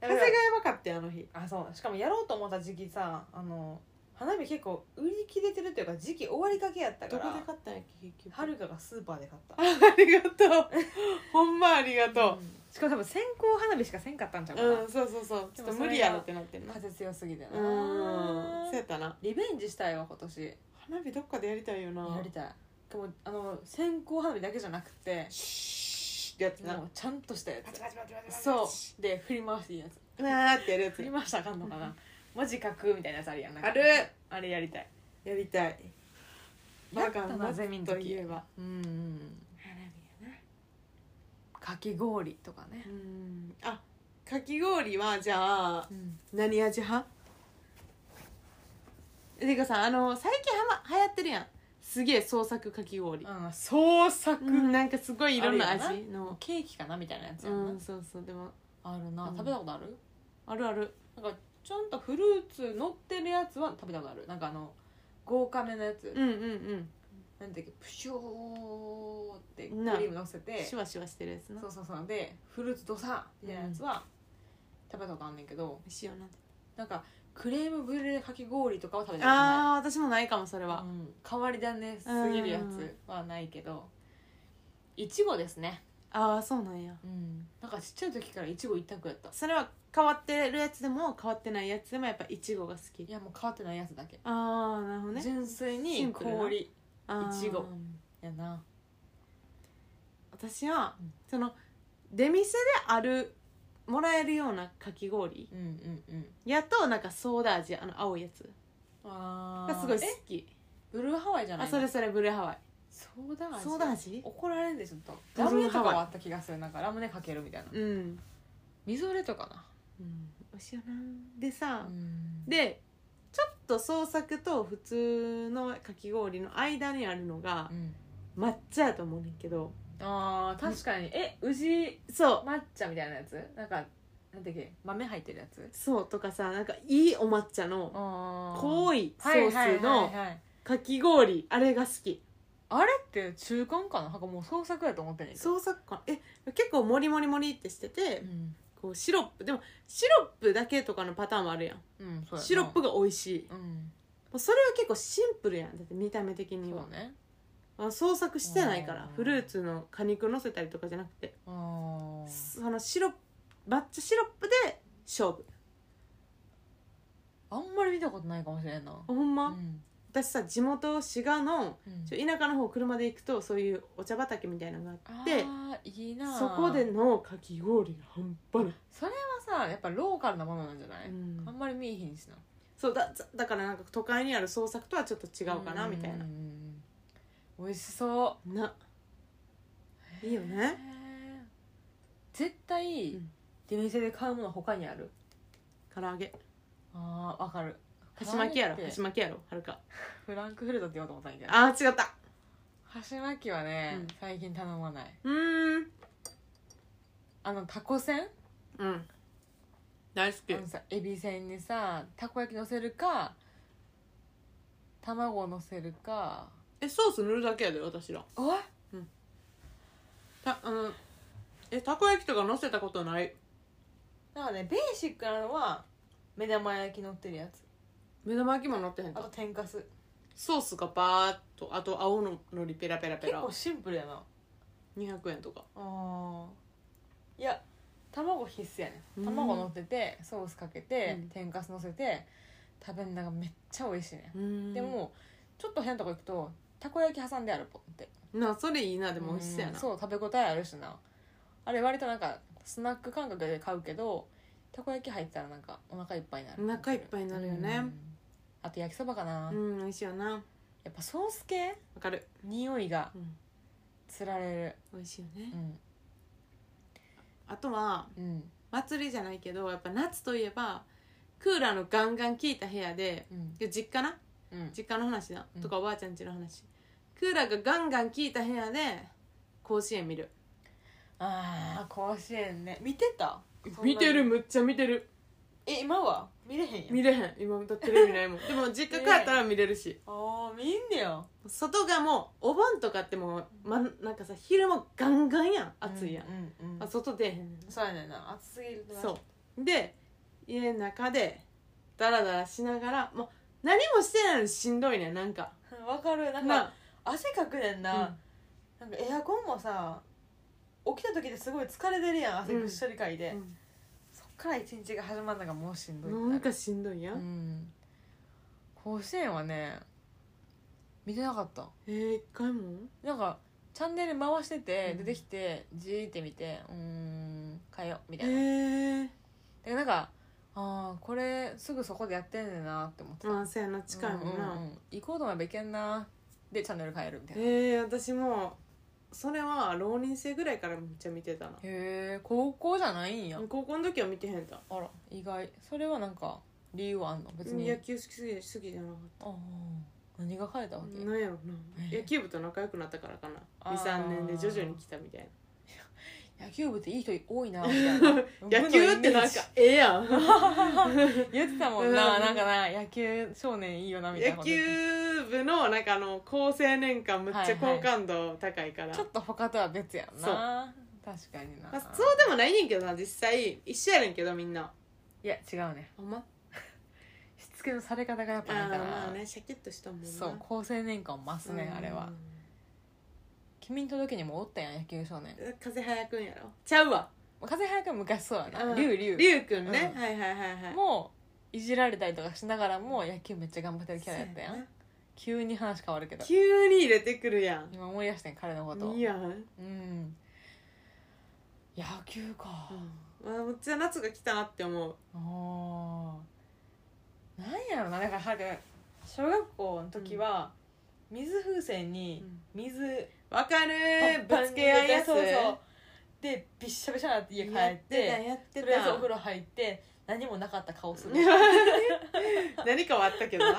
B: だ
A: 風
B: か
A: が
B: ら
A: やばかったよあの日
B: あそうしかもやろうと思った時期さあの花火結構売り切れてるっていうか時期終わりかけやったか
A: どこ
B: ら
A: で買ったんやっけ結局
B: はるかがスーパーで買った
A: ありがとう ほんまありがと
B: うんしかも多分線香花火しかせんかったんちゃう
A: う
B: か
A: う
B: な、
A: ん、そうそうそうち
B: で
A: ょっと
B: もそれが
A: 無理やろってなってんな
B: 風強すぎてな
A: うんそうやったな
B: リベンジしたいわ今年や
A: 花火どっかでやりたいよな
B: りたいでもあの線香花火だけじゃなくて
A: シーってやつな
B: もうちゃんとしたや
A: パチ
B: つ
A: パチパチパチパチ
B: そうで振り回していいやつ
A: うわーってやるや
B: 振り
A: つ
B: 回したらあかんのかな文字書くみたいなやつあるやんなんか
A: ある
B: あれやりたい
A: やりたい
B: や
A: だ
B: った
A: か
B: な
A: らま
B: ゼミの
A: と
B: 時
A: いえば
B: うんうん
A: 花火やな
B: かき氷とかね
A: うんあかき氷はじゃあ
B: うん
A: 何味派てかさあの最近はま流行ってるやんすげえ創作かき氷、
B: 創作
A: うん、なんかすごいいろんな
B: ある
A: 味の
B: ケーキかなみたいなやつ
A: う
B: やんなん
A: そうそうでも
B: あるな
A: うん
B: 食べたことある
A: あるある
B: なんかちゃんとフルーツ乗ってるやつは食べたことあるなんかあの豪華めのやつ
A: うんうん
B: なんだっけプシューってクリ
A: な
B: ーム乗せ
A: うん
B: て
A: シュワシュワしてるやつな
B: そうそうそうでフルーツドサみたいなやつは食べたことあんねんけど
A: しような
B: なんかクレームブリュレかき氷とかは食べたことない
A: あー私もないかもそれは
B: うん変わり種すぎるやつはないけどいちごですね
A: ああそうなんや
B: うんなんかちっちゃい時からいちご一択やった
A: それは変わってるやつでも変わってないやつでもやっぱいちごが好き
B: いやもう変わってないやつだけ
A: ああなるほどね
B: 純粋
A: シ
B: に
A: ンプルな
B: 氷
A: あー
B: いちごやな
A: 私は、
B: うん
A: その出店であるもらえるようなかき氷
B: うんうんうん
A: やとなんかソーダ味あの青いやつ
B: あ
A: がすごい好
B: え
A: き
B: ブルーハワイじゃ
A: あ
B: ない
A: それそれブルーハワイ
B: ソーダ味
A: ソーダ味
B: 怒られんでちょっと
A: ブルー
B: ラ
A: ハワイ
B: ムネとかはあった気がするなんかラムネかけるみたいな
A: うん、
B: みぞれとかな
A: うん、美味しいよなでさ、
B: ん
A: でちょっと創作と普通のかき氷の間にあるのが
B: うん
A: 抹茶やと思うねんけど
B: あー確かにえ宇治
A: そう
B: 抹茶みたいなやつなんかなんだっけ豆入ってるやつ
A: そうとかさなんかいいお抹茶の
B: あ
A: 濃
B: い
A: いソースのかき氷あれが好き
B: あれって中間かななんかもう創作やと思ってない
A: 創作感え結構モリモリモリってしてて
B: うん、
A: こうシロップでもシロップだけとかのパターンもあるやん
B: うん、そうやな
A: シロップが美味しい
B: うん
A: もうそれは結構シンプルやんだって見た目的には
B: そうね
A: あ創作してないから
B: うん
A: フルーツの果肉乗せたりとかじゃなくて
B: あー
A: そのシロップ抹茶シロップで勝負
B: あんまり見たことないかもしれんな
A: ほんま、
B: うん
A: 私さ地元滋賀の
B: うん
A: ちょ田舎の方車で行くとそういうお茶畑みたいなのがあって
B: あーいいなあ
A: そこでのかき氷が半端ない、
B: それはさやっぱローカルなものなんじゃない、
A: うん
B: あんまり見えへんしな
A: そうだだからなんか都会にある創作とはちょっと違うかなみたいな
B: うんうんうんうん美味しそ
A: ないいよ
B: う
A: ね
B: へー絶対
A: うん
B: 出店で買うもの他にある
A: 唐揚げ
B: あーわかる
A: 箸巻きやろ
B: 唐揚げって
A: 箸巻きやろはるか
B: フランクフルトって言おうと思ったんやけど
A: あー違った
B: 箸巻きはね、
A: うん
B: 最近頼まないう
A: ーん
B: あのタコせん
A: うん大好き
B: あのさエビせんにさたこ焼きのせるか卵のせるか
A: えソース塗るだけやで私ら
B: おい
A: たあのえたこ焼きとか乗せたことない
B: なんかねベーシックなのは目玉焼き乗ってるやつ
A: 目玉焼きも乗ってへん
B: あと
A: か
B: 天かす
A: ソースがバーっとあと青ののりペラペラペ
B: 結
A: ラ
B: 構シンプルやな
A: 200円とか
B: あいや卵必須やね
A: うん
B: 卵乗っててソースかけて、
A: うん
B: 天かす乗せて食べるのがめっちゃ美味しいね、
A: うん
B: でもちょっと変なとこ行くとたこ焼き挟んであるポンって
A: なそれいいなでも美味しそうや
B: ん
A: な
B: そう食べ応えあるしなあれ割となんかスナック感覚で買うけどたこ焼き入ったらなんかお腹いっぱいになる
A: お腹いっぱいになるよね
B: うんあと焼きそばかな、
A: うん美味しいよなわ
B: やっぱソース系
A: かる
B: 匂いが
A: うん
B: つられる
A: 美味しいよね
B: うん
A: あとは
B: うん
A: 祭りじゃないけどやっぱ夏といえばクーラーのガンガン効いた部屋で
B: うん
A: いや実家な
B: うん
A: 実家の話な
B: うん
A: とかおばあちゃん家の話クーラーがガンガン効いた部屋で甲子園見る
B: ああ甲子園ね見てた
A: 見てるむっちゃ見てる
B: ええ今は見れへんやん
A: 見れへん今もテレビないもん でも実家帰ったら見れるし
B: ああ見んねや
A: 外がもうお盆とかってもう、ま、なんかさ昼もガンガンやん暑いやん、
B: うんうん
A: あ外出えへんねん
B: そうやねんな暑すぎるな
A: そうで家の中でダラダラしながらもう何もしてないのにしんどいねんなんか
B: わかるなんか
A: な
B: 汗かくねんな、なんかエアコンもさ起きた時ですごい疲れてるやん汗ぐっしょりかいで、
A: うん
B: そっから一日が始まるのがもうしんどいって
A: なんかしんどいやん、
B: うん甲子園はね見てなかった
A: えー、一回も
B: なんかチャンネル回してて
A: うん
B: 出てきて、じーって見てうーん変えようみ
A: え
B: たいな、
A: ー、
B: でなんかああこれすぐそこでやってんねんなって思ってた、
A: まあせやな近いもんな、
B: ううう行こうと思えば行けんなでチャンネル変えるみたいなへ
A: えー、私もそれは浪人生ぐらいからめっちゃ見てたな
B: え高校じゃないんや、
A: 高校の時は見てへんだ
B: あら意外それはなんか理由はあんの別に
A: 野球好きすぎ好きじゃなかっ
B: ああ何が変えたわけ、
A: たなんやろ
B: え
A: な野球部と仲良くなったからか
B: あ
A: な
B: ー
A: 23年で徐々に来たみ たい
B: 野球部っていい人多いなみたいな
A: な 野球ってなんかええやん
B: 言ってたもんな
A: うん
B: なんかな野球少年いいよなみたいな
A: 野
B: こと言って
A: 球部のなんかあの高青年間むっちゃ好感度高いから、
B: ちょっと他とは別やんな確かにな、
A: まあ、そうでもないねんけどな実際一緒やねんけどみんない
B: や違うね
A: あんま
B: しつけのされ方がやっ
A: あ
B: ぱ
A: ー
B: なんかな、
A: まあねシャキッとしたもんな
B: そう高青年感を増すね、あれは君の時にもおったやん野球少年
A: うん風早くんやろちゃうわ
B: 風早くん昔そうや
A: う
B: なん龍龍、
A: りゅうくんね、
B: うん
A: はいはいはいはい
B: もういじられたりとかしながらも野球めっちゃ頑張ってるキャラやったや
A: そうんな
B: 急に話変わるけど
A: 急に入れてくるやん
B: 今思い出してん彼のこと
A: いいやん、うん
B: うん野球か、
A: まあ、めっちゃ夏が来たなって思う
B: ああなんやろなだからなんか小学校の時は、水風船に水
A: わかるー
B: パンパンに
A: ぶつけ合いやつ
B: そうそうでびっしゃびしゃなって家帰
A: や
B: っ
A: っててたやって
B: とりあえずお
A: た
B: 風呂入って何もなかった顔す る
A: 何かはあったけどな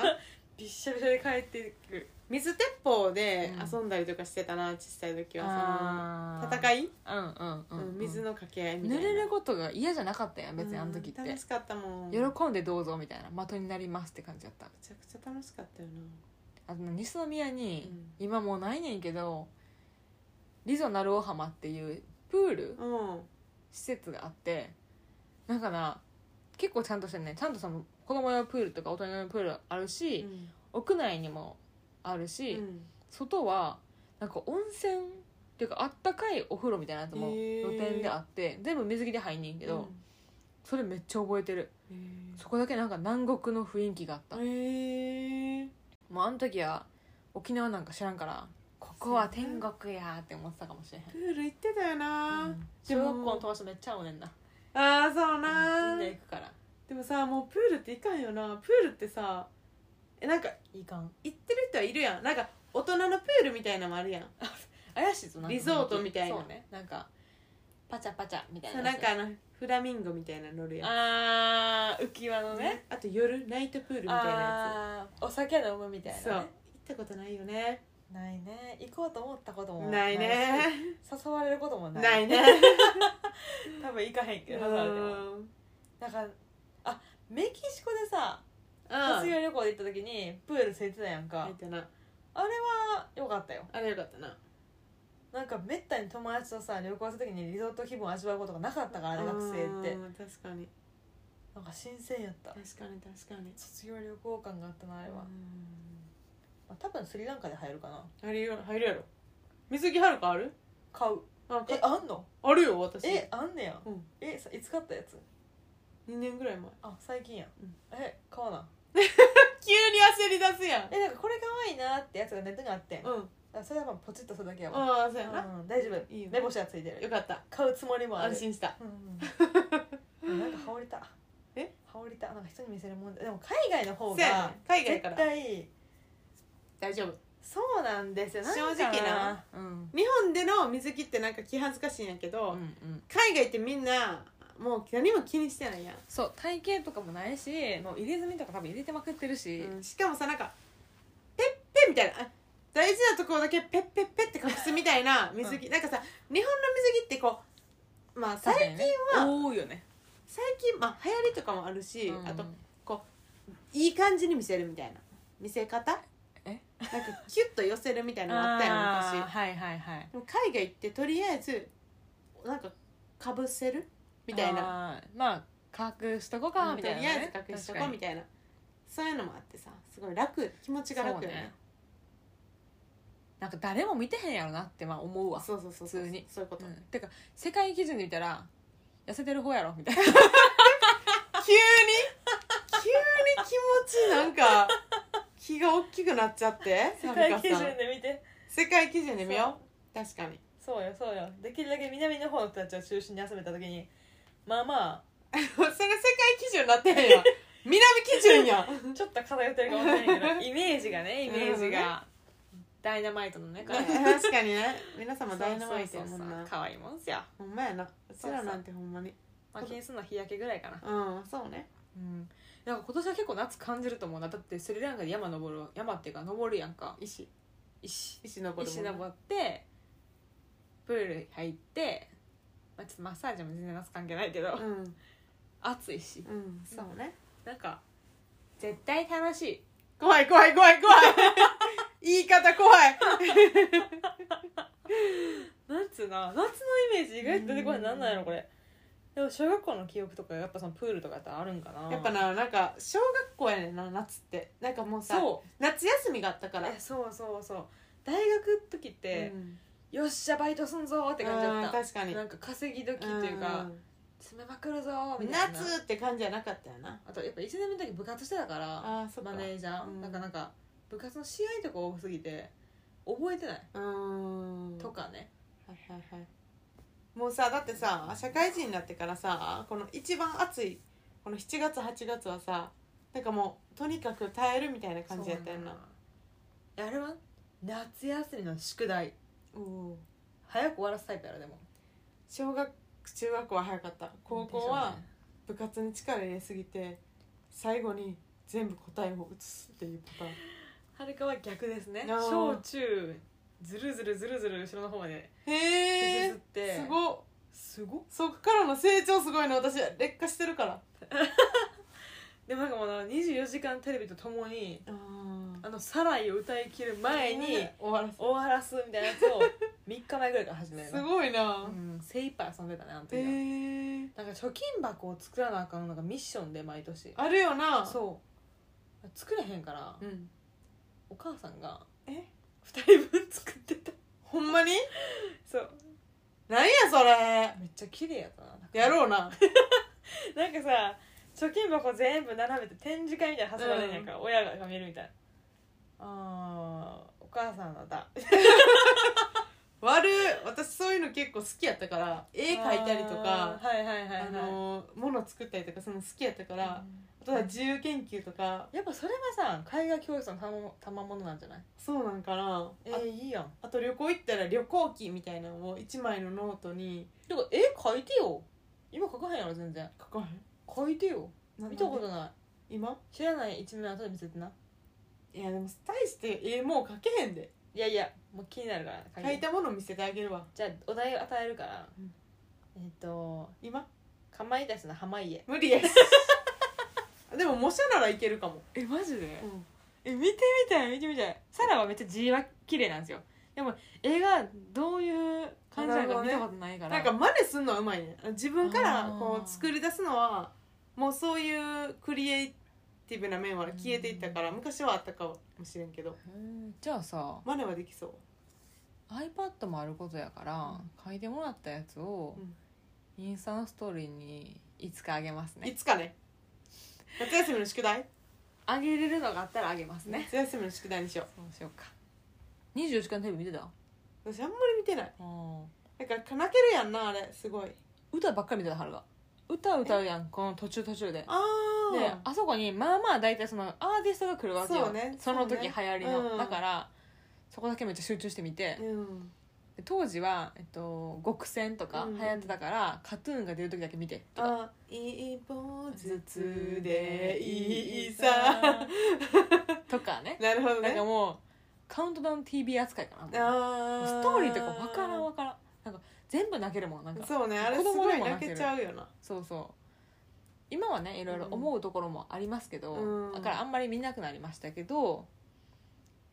B: びっしゃびしゃで帰ってくる
A: 水鉄砲で
B: うん
A: 遊んだりとかしてたな小さい時はそ
B: あ
A: の
B: ー
A: 戦い、
B: うんうんうん、
A: うん水の掛け合いみたい
B: 濡
A: な
B: れることが嫌じゃなかったやん別にあの時って、
A: うん楽しかったもんめちゃ
B: 喜んでどうぞみたいな的になりますって感じだった
A: くちゃ楽しかったよな
B: あの西宮に、今もうないねんけどリゾ鳴尾浜っていうプール
A: うん
B: 施設があってなんかな結構ちゃんとしてんねちゃんとその子供用プールとか大人用プールあるし、
A: うん
B: 屋内にもあるし、
A: うん
B: 外はなんか温泉っていうかあったかいお風呂みたいなとも
A: へ
B: 露
A: ー
B: 天であって全部水着で入んねんけど、それめっちゃ覚えてる
A: うん
B: そこだけなんか南国の雰囲気があった、
A: へえ
B: もうあの時は沖縄なんか知らんからここは天国やーって思ってたかもしれへん
A: プール行ってたよな、
B: うん小学校の友達とめっちゃ会うねんな
A: ああそうな
B: みんな行くから
A: でもさもうプールっていかんよなプールってさえなんか
B: いかん
A: 行ってる人はいるやんなんか大人のプールみたいなのもあるやん
B: 怪しいぞなんか
A: リゾートみたいな
B: そうねなんかパチャパチャみたい
A: そ
B: な
A: う
B: や
A: な
B: つ
A: んかあのフラミンゴみたいなの乗るやん
B: あー浮き輪のね
A: ねあと夜ナイトプールみたいなや
B: あーお酒飲むみたいな、ね、
A: つそう行ったことないよね
B: ないね行こうと思ったことも
A: ない
B: し
A: ね
B: 誘われることもない
A: ないね
B: 多分行かへ
A: う
B: んけど誘われても
A: んうん
B: なんかあメキシコでさ卒業旅行で行った時にプールついてたやんか
A: 入ったな
B: あれは良かったよ
A: あれよかったな
B: なんかめったに友達とさ旅行する時にリゾート気分を味わうことがなかったからね学生って
A: うん確かに
B: なんか新鮮やった
A: 確かに確かに
B: 卒業旅行感があったなあれ
A: う
B: は、ま
A: ん
B: あ、多分スリランカで入るかな
A: 入るよ入るやろ水着はるかある
B: 買う
A: あ
B: えあんの
A: あるよ私
B: えあんねや、
A: うん
B: えさいつ買ったやつ
A: 2年ぐらい前
B: あ最近や、
A: うん
B: え買わな
A: 急に焦り出すやん
B: えなんかこれ可愛いなってやつがネットにあってん、だか
A: うん
B: らそれはまあポチッとするだけやわ、
A: ああそうやな
B: うん、大丈夫
A: いいよ
B: 目星はついて
A: よ
B: る
A: かった
B: 買うつもりもある
A: 安心した
B: うんうんなんか羽織りた
A: え
B: 羽織りたなんか人に見せるもんだでも海外の方
A: そうや
B: が
A: ね海外から
B: 絶対
A: 大丈夫
B: そうなんですよんか
A: 正直な
B: うん
A: 日本での水着ってなんか気恥ずかしいんやけ
B: う
A: ど、
B: んうん
A: 海外ってみんなもう何も気にしてないやん、
B: そう体型とかもないしもう入れ墨とか多分入れてまくってるし、
A: うんしかもさなんかペッペみたいなあ大事なところだけペッペッペって隠すみたいな水着、なんかさ日本の水着ってこうまあ
B: 確
A: 最
B: かにね
A: は
B: 多いよね
A: 最近、まあ、流行りとかもあるし、
B: うん
A: あといい感じに見せるみたいな見せ方
B: え
A: なんかキュッと寄せるみたいなのあったよ
B: あー
A: 昔
B: はいはいはい
A: でも海外行ってとりあえずなんかかぶせるみたいな
B: なまあ隠しとこか
A: うん
B: み
A: と
B: た
A: り
B: いな、
A: あ
B: ね、
A: えず隠しとこうみたいなそういうのもあってさすごい楽気持ちが
B: 確かに
A: 楽よ
B: そう
A: ね
B: なんか誰も見てへんやろなってまあ思うわ
A: そうそうそう
B: 普通に
A: そういうこと、
B: うん、てか世界基準で見たら痩せてる方やろみたい な
A: 急に急に気持ちなんか気が大きくなっちゃ ってサミカさん
B: で見て
A: 世界基準で見よう確かに
B: そうよそうよできるだけ南の方の人たちを中心に集めた時にまあま
A: それ世界基準になってへんや ん南基準やん
B: あ ちょっと偏ってるかもしれ ないけどイメージがねイメージ
A: なるほ
B: が、ダイナマイトのね
A: 確かにね皆様ダイナマイトやもん
B: そうそうそ
A: な
B: う可愛いもんっすよ、
A: ほんまやなうち
B: そう
A: らなんてほんまに
B: まあ、気にするのは日焼けぐらいかな
A: うんそうね
B: うんなんか今年は結構夏感じると思うなだってスリランカで山登る山っていうか登るやんか
A: 石
B: 石
A: 石登る
B: 石
A: もんな
B: 登ってプール入って、まあ、ちょっとマッサージも全然夏関係ないけど
A: うん
B: 暑いし
A: うんそうね
B: なんか絶対楽しい
A: 怖い怖い怖い 怖い言い方怖い
B: なんつうな夏のイメージ意外と出てこれなんなんやろこれでも小学校の記憶とかやっぱそのプールとかってあるんかな
A: やっぱななんか小学校やねんな夏ってなんかもうさ
B: そう
A: 夏休みがあったから
B: えそうそうそう大学の時って
A: う、ん
B: よっしゃバイトすんぞーって感じだ
A: うん
B: っ
A: 確か
B: た
A: に
B: なんか稼ぎ時っていうか詰めまくるぞー
A: うん
B: みたいな
A: 夏って感じじゃなかったよな
B: あとやっぱ1年目の時部活してたから
A: あーそっか
B: マネージャー、
A: うん
B: なんかなんか部活の試合とか多すぎて覚えてない、
A: うーん
B: とかね
A: はいはいはいもうさだってさ社会人になってからさこの一番暑いこの7月8月はさなんかもうとにかく耐えるみたいな感じやったよな
B: そうやなあれは夏休みの宿題
A: うん
B: 早く終わらすタイプやろでも
A: 小学中学校は早かった高校は部活に力入れすぎて最後に全部答えを移すっていうパターン
B: はるかは逆ですね
A: あー
B: 小中ずるずるずるずる後ろの方まで
A: へ
B: 削っ
A: え
B: て
A: すごっ
B: すごっ
A: そっからの成長すごいの私劣化してるから
B: でもなんかもうな24時間テレビとともに
A: あ
B: あの「サライ」を歌い切る前に
A: 終わらせ
B: 終わらすみたいなやつを3日前ぐらいから始める
A: す
B: の
A: ごいな
B: うん、精一杯遊んでたねあの時
A: へ
B: は、
A: え
B: なんか貯金箱を作らなあかんのがミッションで毎年
A: あるよな
B: そう作れへんから、
A: うん
B: お母さんが
A: え
B: 2人分作ってた
A: ほんまに
B: そう
A: なんやそれ
B: めっちゃ綺麗やったな
A: やろうな
B: なんかさ貯金箱全部並べて展示会みたいなの挟まれんやんか、親が見るみたいなあーお母さんのだ
A: 悪い私そういうの結構好きやったから絵描いたりとか
B: あーはいはいはいはい、
A: あのー物作ったりとかそういうの好きやったか
B: うん
A: らあとは自由研究とか
B: やっぱそれはさ海外教育のたまたまものなんじゃない
A: そうなんかな
B: え
A: あ
B: ー、いいやん
A: あと旅行行ったら旅行記みたいなのを1枚のノートに
B: てか絵描いてよ今描かへんやろ全然
A: 書か
B: 書いてよ
A: へん
B: 見たことない
A: 今
B: 知らない一面後で見せてない
A: やでも大して絵もう書けへんで
B: いやいやもう気になるから
A: 書いたもの見せてあげるわ
B: じゃあお題を与えるから、
A: うん
B: えっ、と
A: 今
B: かまいたちの濱家
A: 無理やし でも模写ならいけるかも、
B: えマジで
A: うん、
B: え見てみたい見てみたいサラはめっちゃ字は綺麗なんですよでも絵がどういう感じなのか見たことないから
A: なんか真似すんのはうまいね自分からこ
B: あー
A: う作り出すのはもうそういうクリエイティブな面は消えていったから昔はあったかもしれんけど
B: うんじゃあさ
A: 真似はできそう
B: iPad もあることやから、書いてもらったやつを、
A: うん
B: インスタのストーリーにいつかあげます
A: い
B: ね
A: つかね夏休みの宿題
B: あげれるのがあったらあげますね
A: 夏休みの宿題にしよ
B: そうしようか24時間テレビ見てた
A: う私あんまり見てないなんかかなけるやんなあれすごい
B: 歌ばっかり見てた春が歌歌うやんこの途中途中でで
A: ああ
B: あそこにまあまあ大体そのアーティストが来るわけよ
A: そうね
B: その時流
A: そうね
B: 行りの、
A: うん
B: だからそこだけめっちゃ集中して見て、
A: うん
B: で当時は、えっと、極戦とか
A: うん
B: 流行ってたから、カトゥーンが出る時だけ見てとか
A: あいいポーズつでいいさ
B: さとかね
A: なるほど
B: なん
A: ね
B: かもうカウントダウン TV 扱いかな
A: あ
B: ストーリーとかわからんわからんなんか全部泣けるもんなんか
A: そうねあれす
B: 子供
A: ご
B: で
A: い
B: も
A: 泣
B: 泣ける
A: けちゃうよな
B: そうそう今はねいろいろ思うところもありますけど、
A: うん
B: だからあんまり見なくなりましたけど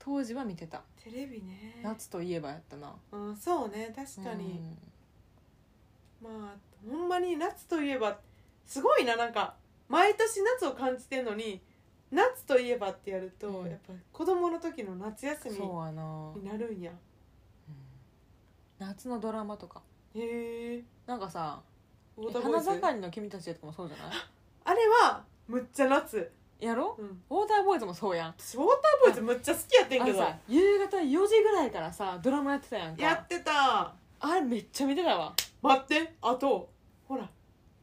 B: 当時は見てた
A: テレビね
B: 夏といえばやったな
A: うんそうね確かに、まあほんまに夏といえばすごいななんか毎年夏を感じてんのに夏といえばってやると、
B: うん
A: やっぱ子供の時の夏休
B: うん
A: み
B: そうやな、
A: になるんや
B: 夏のドラマとか
A: へえ
B: なんかさ「
A: ウォーターボー
B: 花
A: イズ
B: 盛りの君たち」とかもそうじ ゃな
A: あれはむっちゃ夏、
B: いやろ
A: うん、
B: ウォーターボーイズもそうやん
A: 私ウォーターボーイズむっちゃ好きやってん
B: あ
A: け
B: の
A: ど
B: さ夕方4時ぐらいからさドラマやってたやんか
A: やってた
B: あれめっちゃ見てたわ
A: 待ってあとほら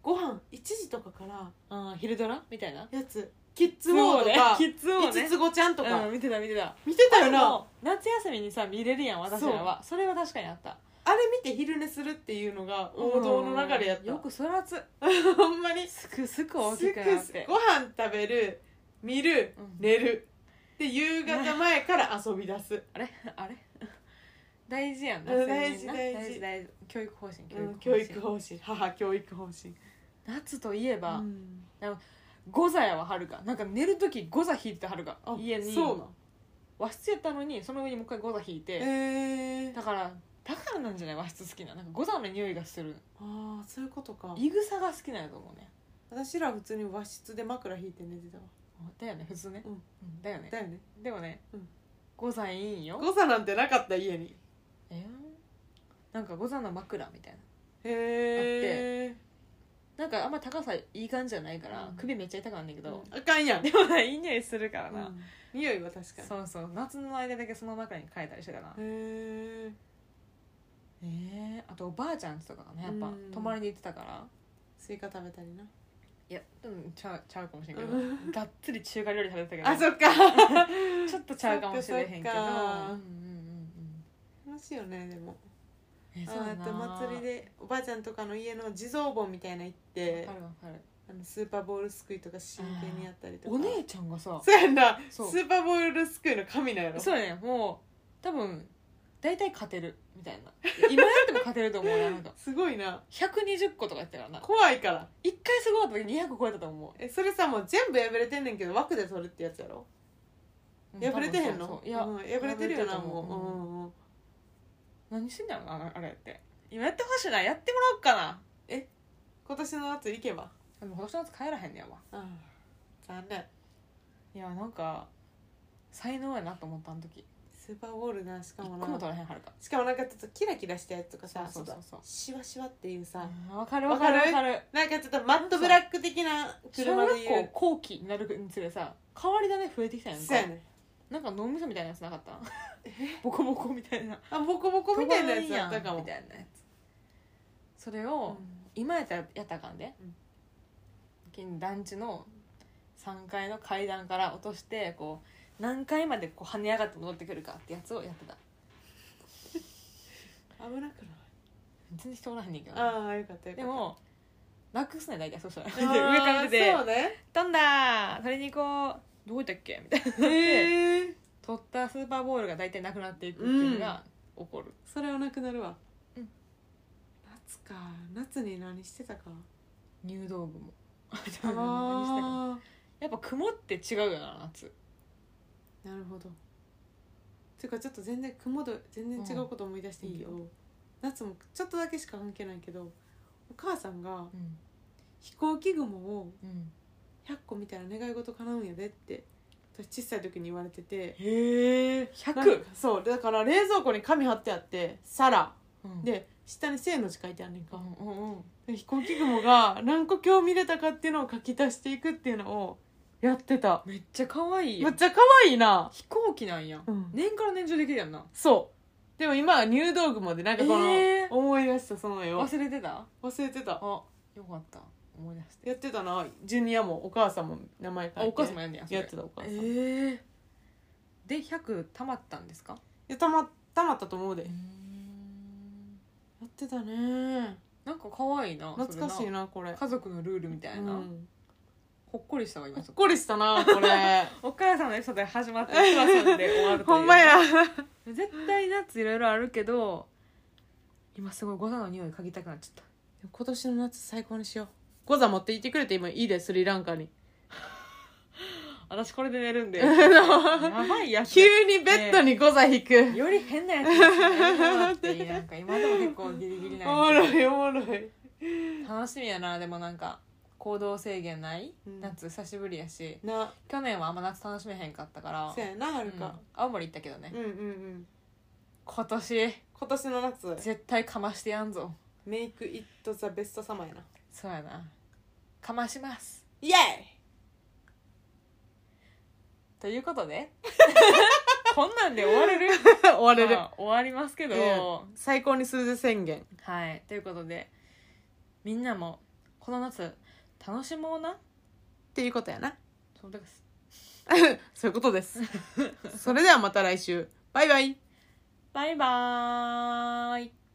A: ご飯1時とかから
B: あー昼ドラみたいな
A: やつキッズウォーとか、
B: キッズ王
A: 五
B: ね
A: つ子ちゃんとか、
B: うん、見てた見てた
A: 見てたよ
B: で
A: な
B: も夏休みにさ見れるやん私らはそれは確かにあった
A: あれ見て昼寝するっていうのが王道の流れやっ
B: うん
A: た
B: よく育つ
A: ほんまに
B: すくすく大きくなっ
A: す
B: て
A: ご飯食べる見る
B: うん
A: 寝るで夕方前から遊び出 す、
B: あれあれ大事やんな
A: うん
B: 睡眠な
A: 大事大事
B: 大事大事教育方針教
A: うん、
B: 方
A: 教
B: 針
A: 育方針母教育方針
B: 夏といえば、
A: うん
B: ゴザやわはるかなんか寝る時ゴザ引いてはるか
A: あ
B: 家に
A: そうなん
B: 和室やったのにその上にもう一回ゴザ引いて、
A: えー、
B: だからだからなんじゃない和室好きななんかゴザの匂いがする
A: ああそういうことか
B: いぐさが好きなんやと思うね
A: 私ら普通に和室で枕引いて寝てたわ
B: だよね普通ね、
A: うん
B: んだよね
A: だよね
B: でもね、
A: うん
B: ゴザいいんよ
A: 誤差なんてなかった家に
B: えーなんかゴザの枕みたいな
A: へえ
B: なんかあんま高さいい感じじゃないから、
A: うん
B: 首めっちゃ痛くなんだけど、
A: あかんやん、
B: でもねいい匂いするから
A: う
B: な、
A: ん匂いは確かに
B: そうそう夏の間だけその枕に変えたりしてたな
A: へえ
B: ええあとおばあちゃんちとかがねやっぱ
A: うん
B: 泊まりに行ってたから
A: スイカ食べたりない
B: やでもちゃうちゃうかもしれんけど、
A: う
B: がっつり中華料理食べてたけど
A: あそっか
B: ちょっとちゃうかもしれへんけど
A: そっかそっか
B: うんうんうん
A: 楽しいよねでも
B: うんえ
A: ああと祭りでおばあちゃんとかの家の地蔵盆みたいなの行って
B: わかるわかる
A: あのスーパーボールすくいとか真剣にやったりとか
B: お姉ちゃんがさ
A: そうやんなス
B: そう
A: ーパーボールすくいの神なんやろ
B: そうやねもう多分大体勝てるみたいな今やっても勝てると思うななんか
A: すごいな
B: 120個とかやってたからな
A: 怖いから
B: 一回すごかった時200超えたと思う
A: えそれさもう全部破れてんねんけど枠で取るってやつやろ
B: うん
A: 破れてへんの
B: 多分そうそういや、
A: うん破れてるよな
B: 破れてると
A: も
B: 思う
A: ううんうん
B: 何してんだろうなあれって今やってほしいなやってもらおうかな
A: 今年の夏行けば
B: でも今年の夏帰らへんねやわ
A: うん残念
B: いやなんか才能やなと思ったあの時
A: スーパーボールなし
B: 一
A: か
B: 個
A: も
B: も
A: な
B: 取らへんはるか
A: しかもなんかちょっとキラキラしたやつとかさ
B: そうそうそうそう
A: シワシワっていうさ、
B: うんわかるわかるわかる
A: わなんかちょっとマットブラック的な
B: 小
A: 車で
B: 学
A: 言
B: 校
A: う
B: 後期になるにつれさ変わり種増えてきたやんか
A: そうやねん
B: なんか脳みそみたいなやつなかったボコボコみたいな
A: あボコボコみたいなやつやったかも
B: みたいなやつそれを、今やったらやったらあかんで、
A: うん
B: 近団地の3階の階段から落としてこう何階までこう跳ね上がって戻ってくるかってやつをやってた
A: 危なくない
B: 全然人おらへんねんけど
A: ああよかったよかった
B: でもなくすね大体そうしたら
A: あー
B: 上から見てて
A: そうね
B: 「飛んだー取りに行こうどこ行ったっけ?」みたいな
A: へえ
B: 取ったスーパーボールが大体なくなっていくっていうのが起こる、
A: それはなくなるわ
B: うん
A: 夏か夏に何してたか
B: 入道雲 何してた
A: あ
B: かな
A: あ
B: やっぱ雲って違うよな夏
A: ーなるほどていうかちょっと全然雲と全然違うこと思い出してんけど、
B: うんい
A: 夏もちょっとだけしか関係ないけどお母さんが
B: うん
A: 飛行機雲を
B: うん
A: 100個見たら願い事叶うんやでって私小さい時に言われてて
B: へえ
A: なん
B: 100
A: かそうだから冷蔵庫に紙貼ってあって「サラ」
B: うん
A: で下に「正」の字書いてあんねん
B: う
A: か
B: ん、うんうん
A: で飛行機雲が何個今日見れたかっていうのを書き足していくっていうのをやってた
B: めっちゃ可愛い
A: め
B: よ
A: っちゃ可愛いな、
B: 飛行機なんや年から年中できるやんな
A: そうでも今は入道雲でなんかこの
B: えー
A: 思い出したその絵を
B: 忘れてた
A: 忘れてた
B: あよかった思い出して
A: やってたなジュニアもお母さんも名前書い
B: あ
A: て
B: お母さんもやんねやそれ
A: やってたお母さん、
B: え
A: い
B: ーで100たまったんですか
A: やたまたまったと思うで、や
B: ん
A: ってたね
B: なんか可愛いな
A: 懐かしい
B: な
A: なこれ
B: 家族のルールみたいな、
A: うん
B: ほっこりしたわ今
A: ほっこりしたな これ
B: お母さんのエピソードで始まってお母さんで終わるという
A: ほんまや
B: 絶対夏いろいろあるけど今すごいご飯の匂い嗅ぎたくなっちゃった
A: 今年の夏最高にしよゴザ持って行ってくれて今いいでスリランカに
B: 私これで寝る んでやばいやつ
A: 急にベッドにゴザ引く、
B: より変なやつですね ってなんか今でも結構ギリギリ
A: おも
B: なん
A: ろ
B: で
A: いおもろい
B: 楽しみやなでもなんか行動制限ない、
A: うん
B: 夏久しぶりやし
A: な
B: 去年はあんま夏楽しめへんかったから
A: せやなはるか、
B: うん青森行ったけどね、
A: うん、うんうん
B: 今年
A: 今年の夏
B: 絶対かましてやんぞ
A: メイクイットザベスト様やな
B: そうやなかまします
A: イエー
B: というこ とでこんなんで終われる
A: イ 終われる
B: まあ終わりますけど、
A: うん最高にするぜ宣言
B: はいということでみんなもこの夏楽しもうな
A: っていうことやな
B: そうです
A: そういうことです それではまた来週バイバイ
B: バイバーイ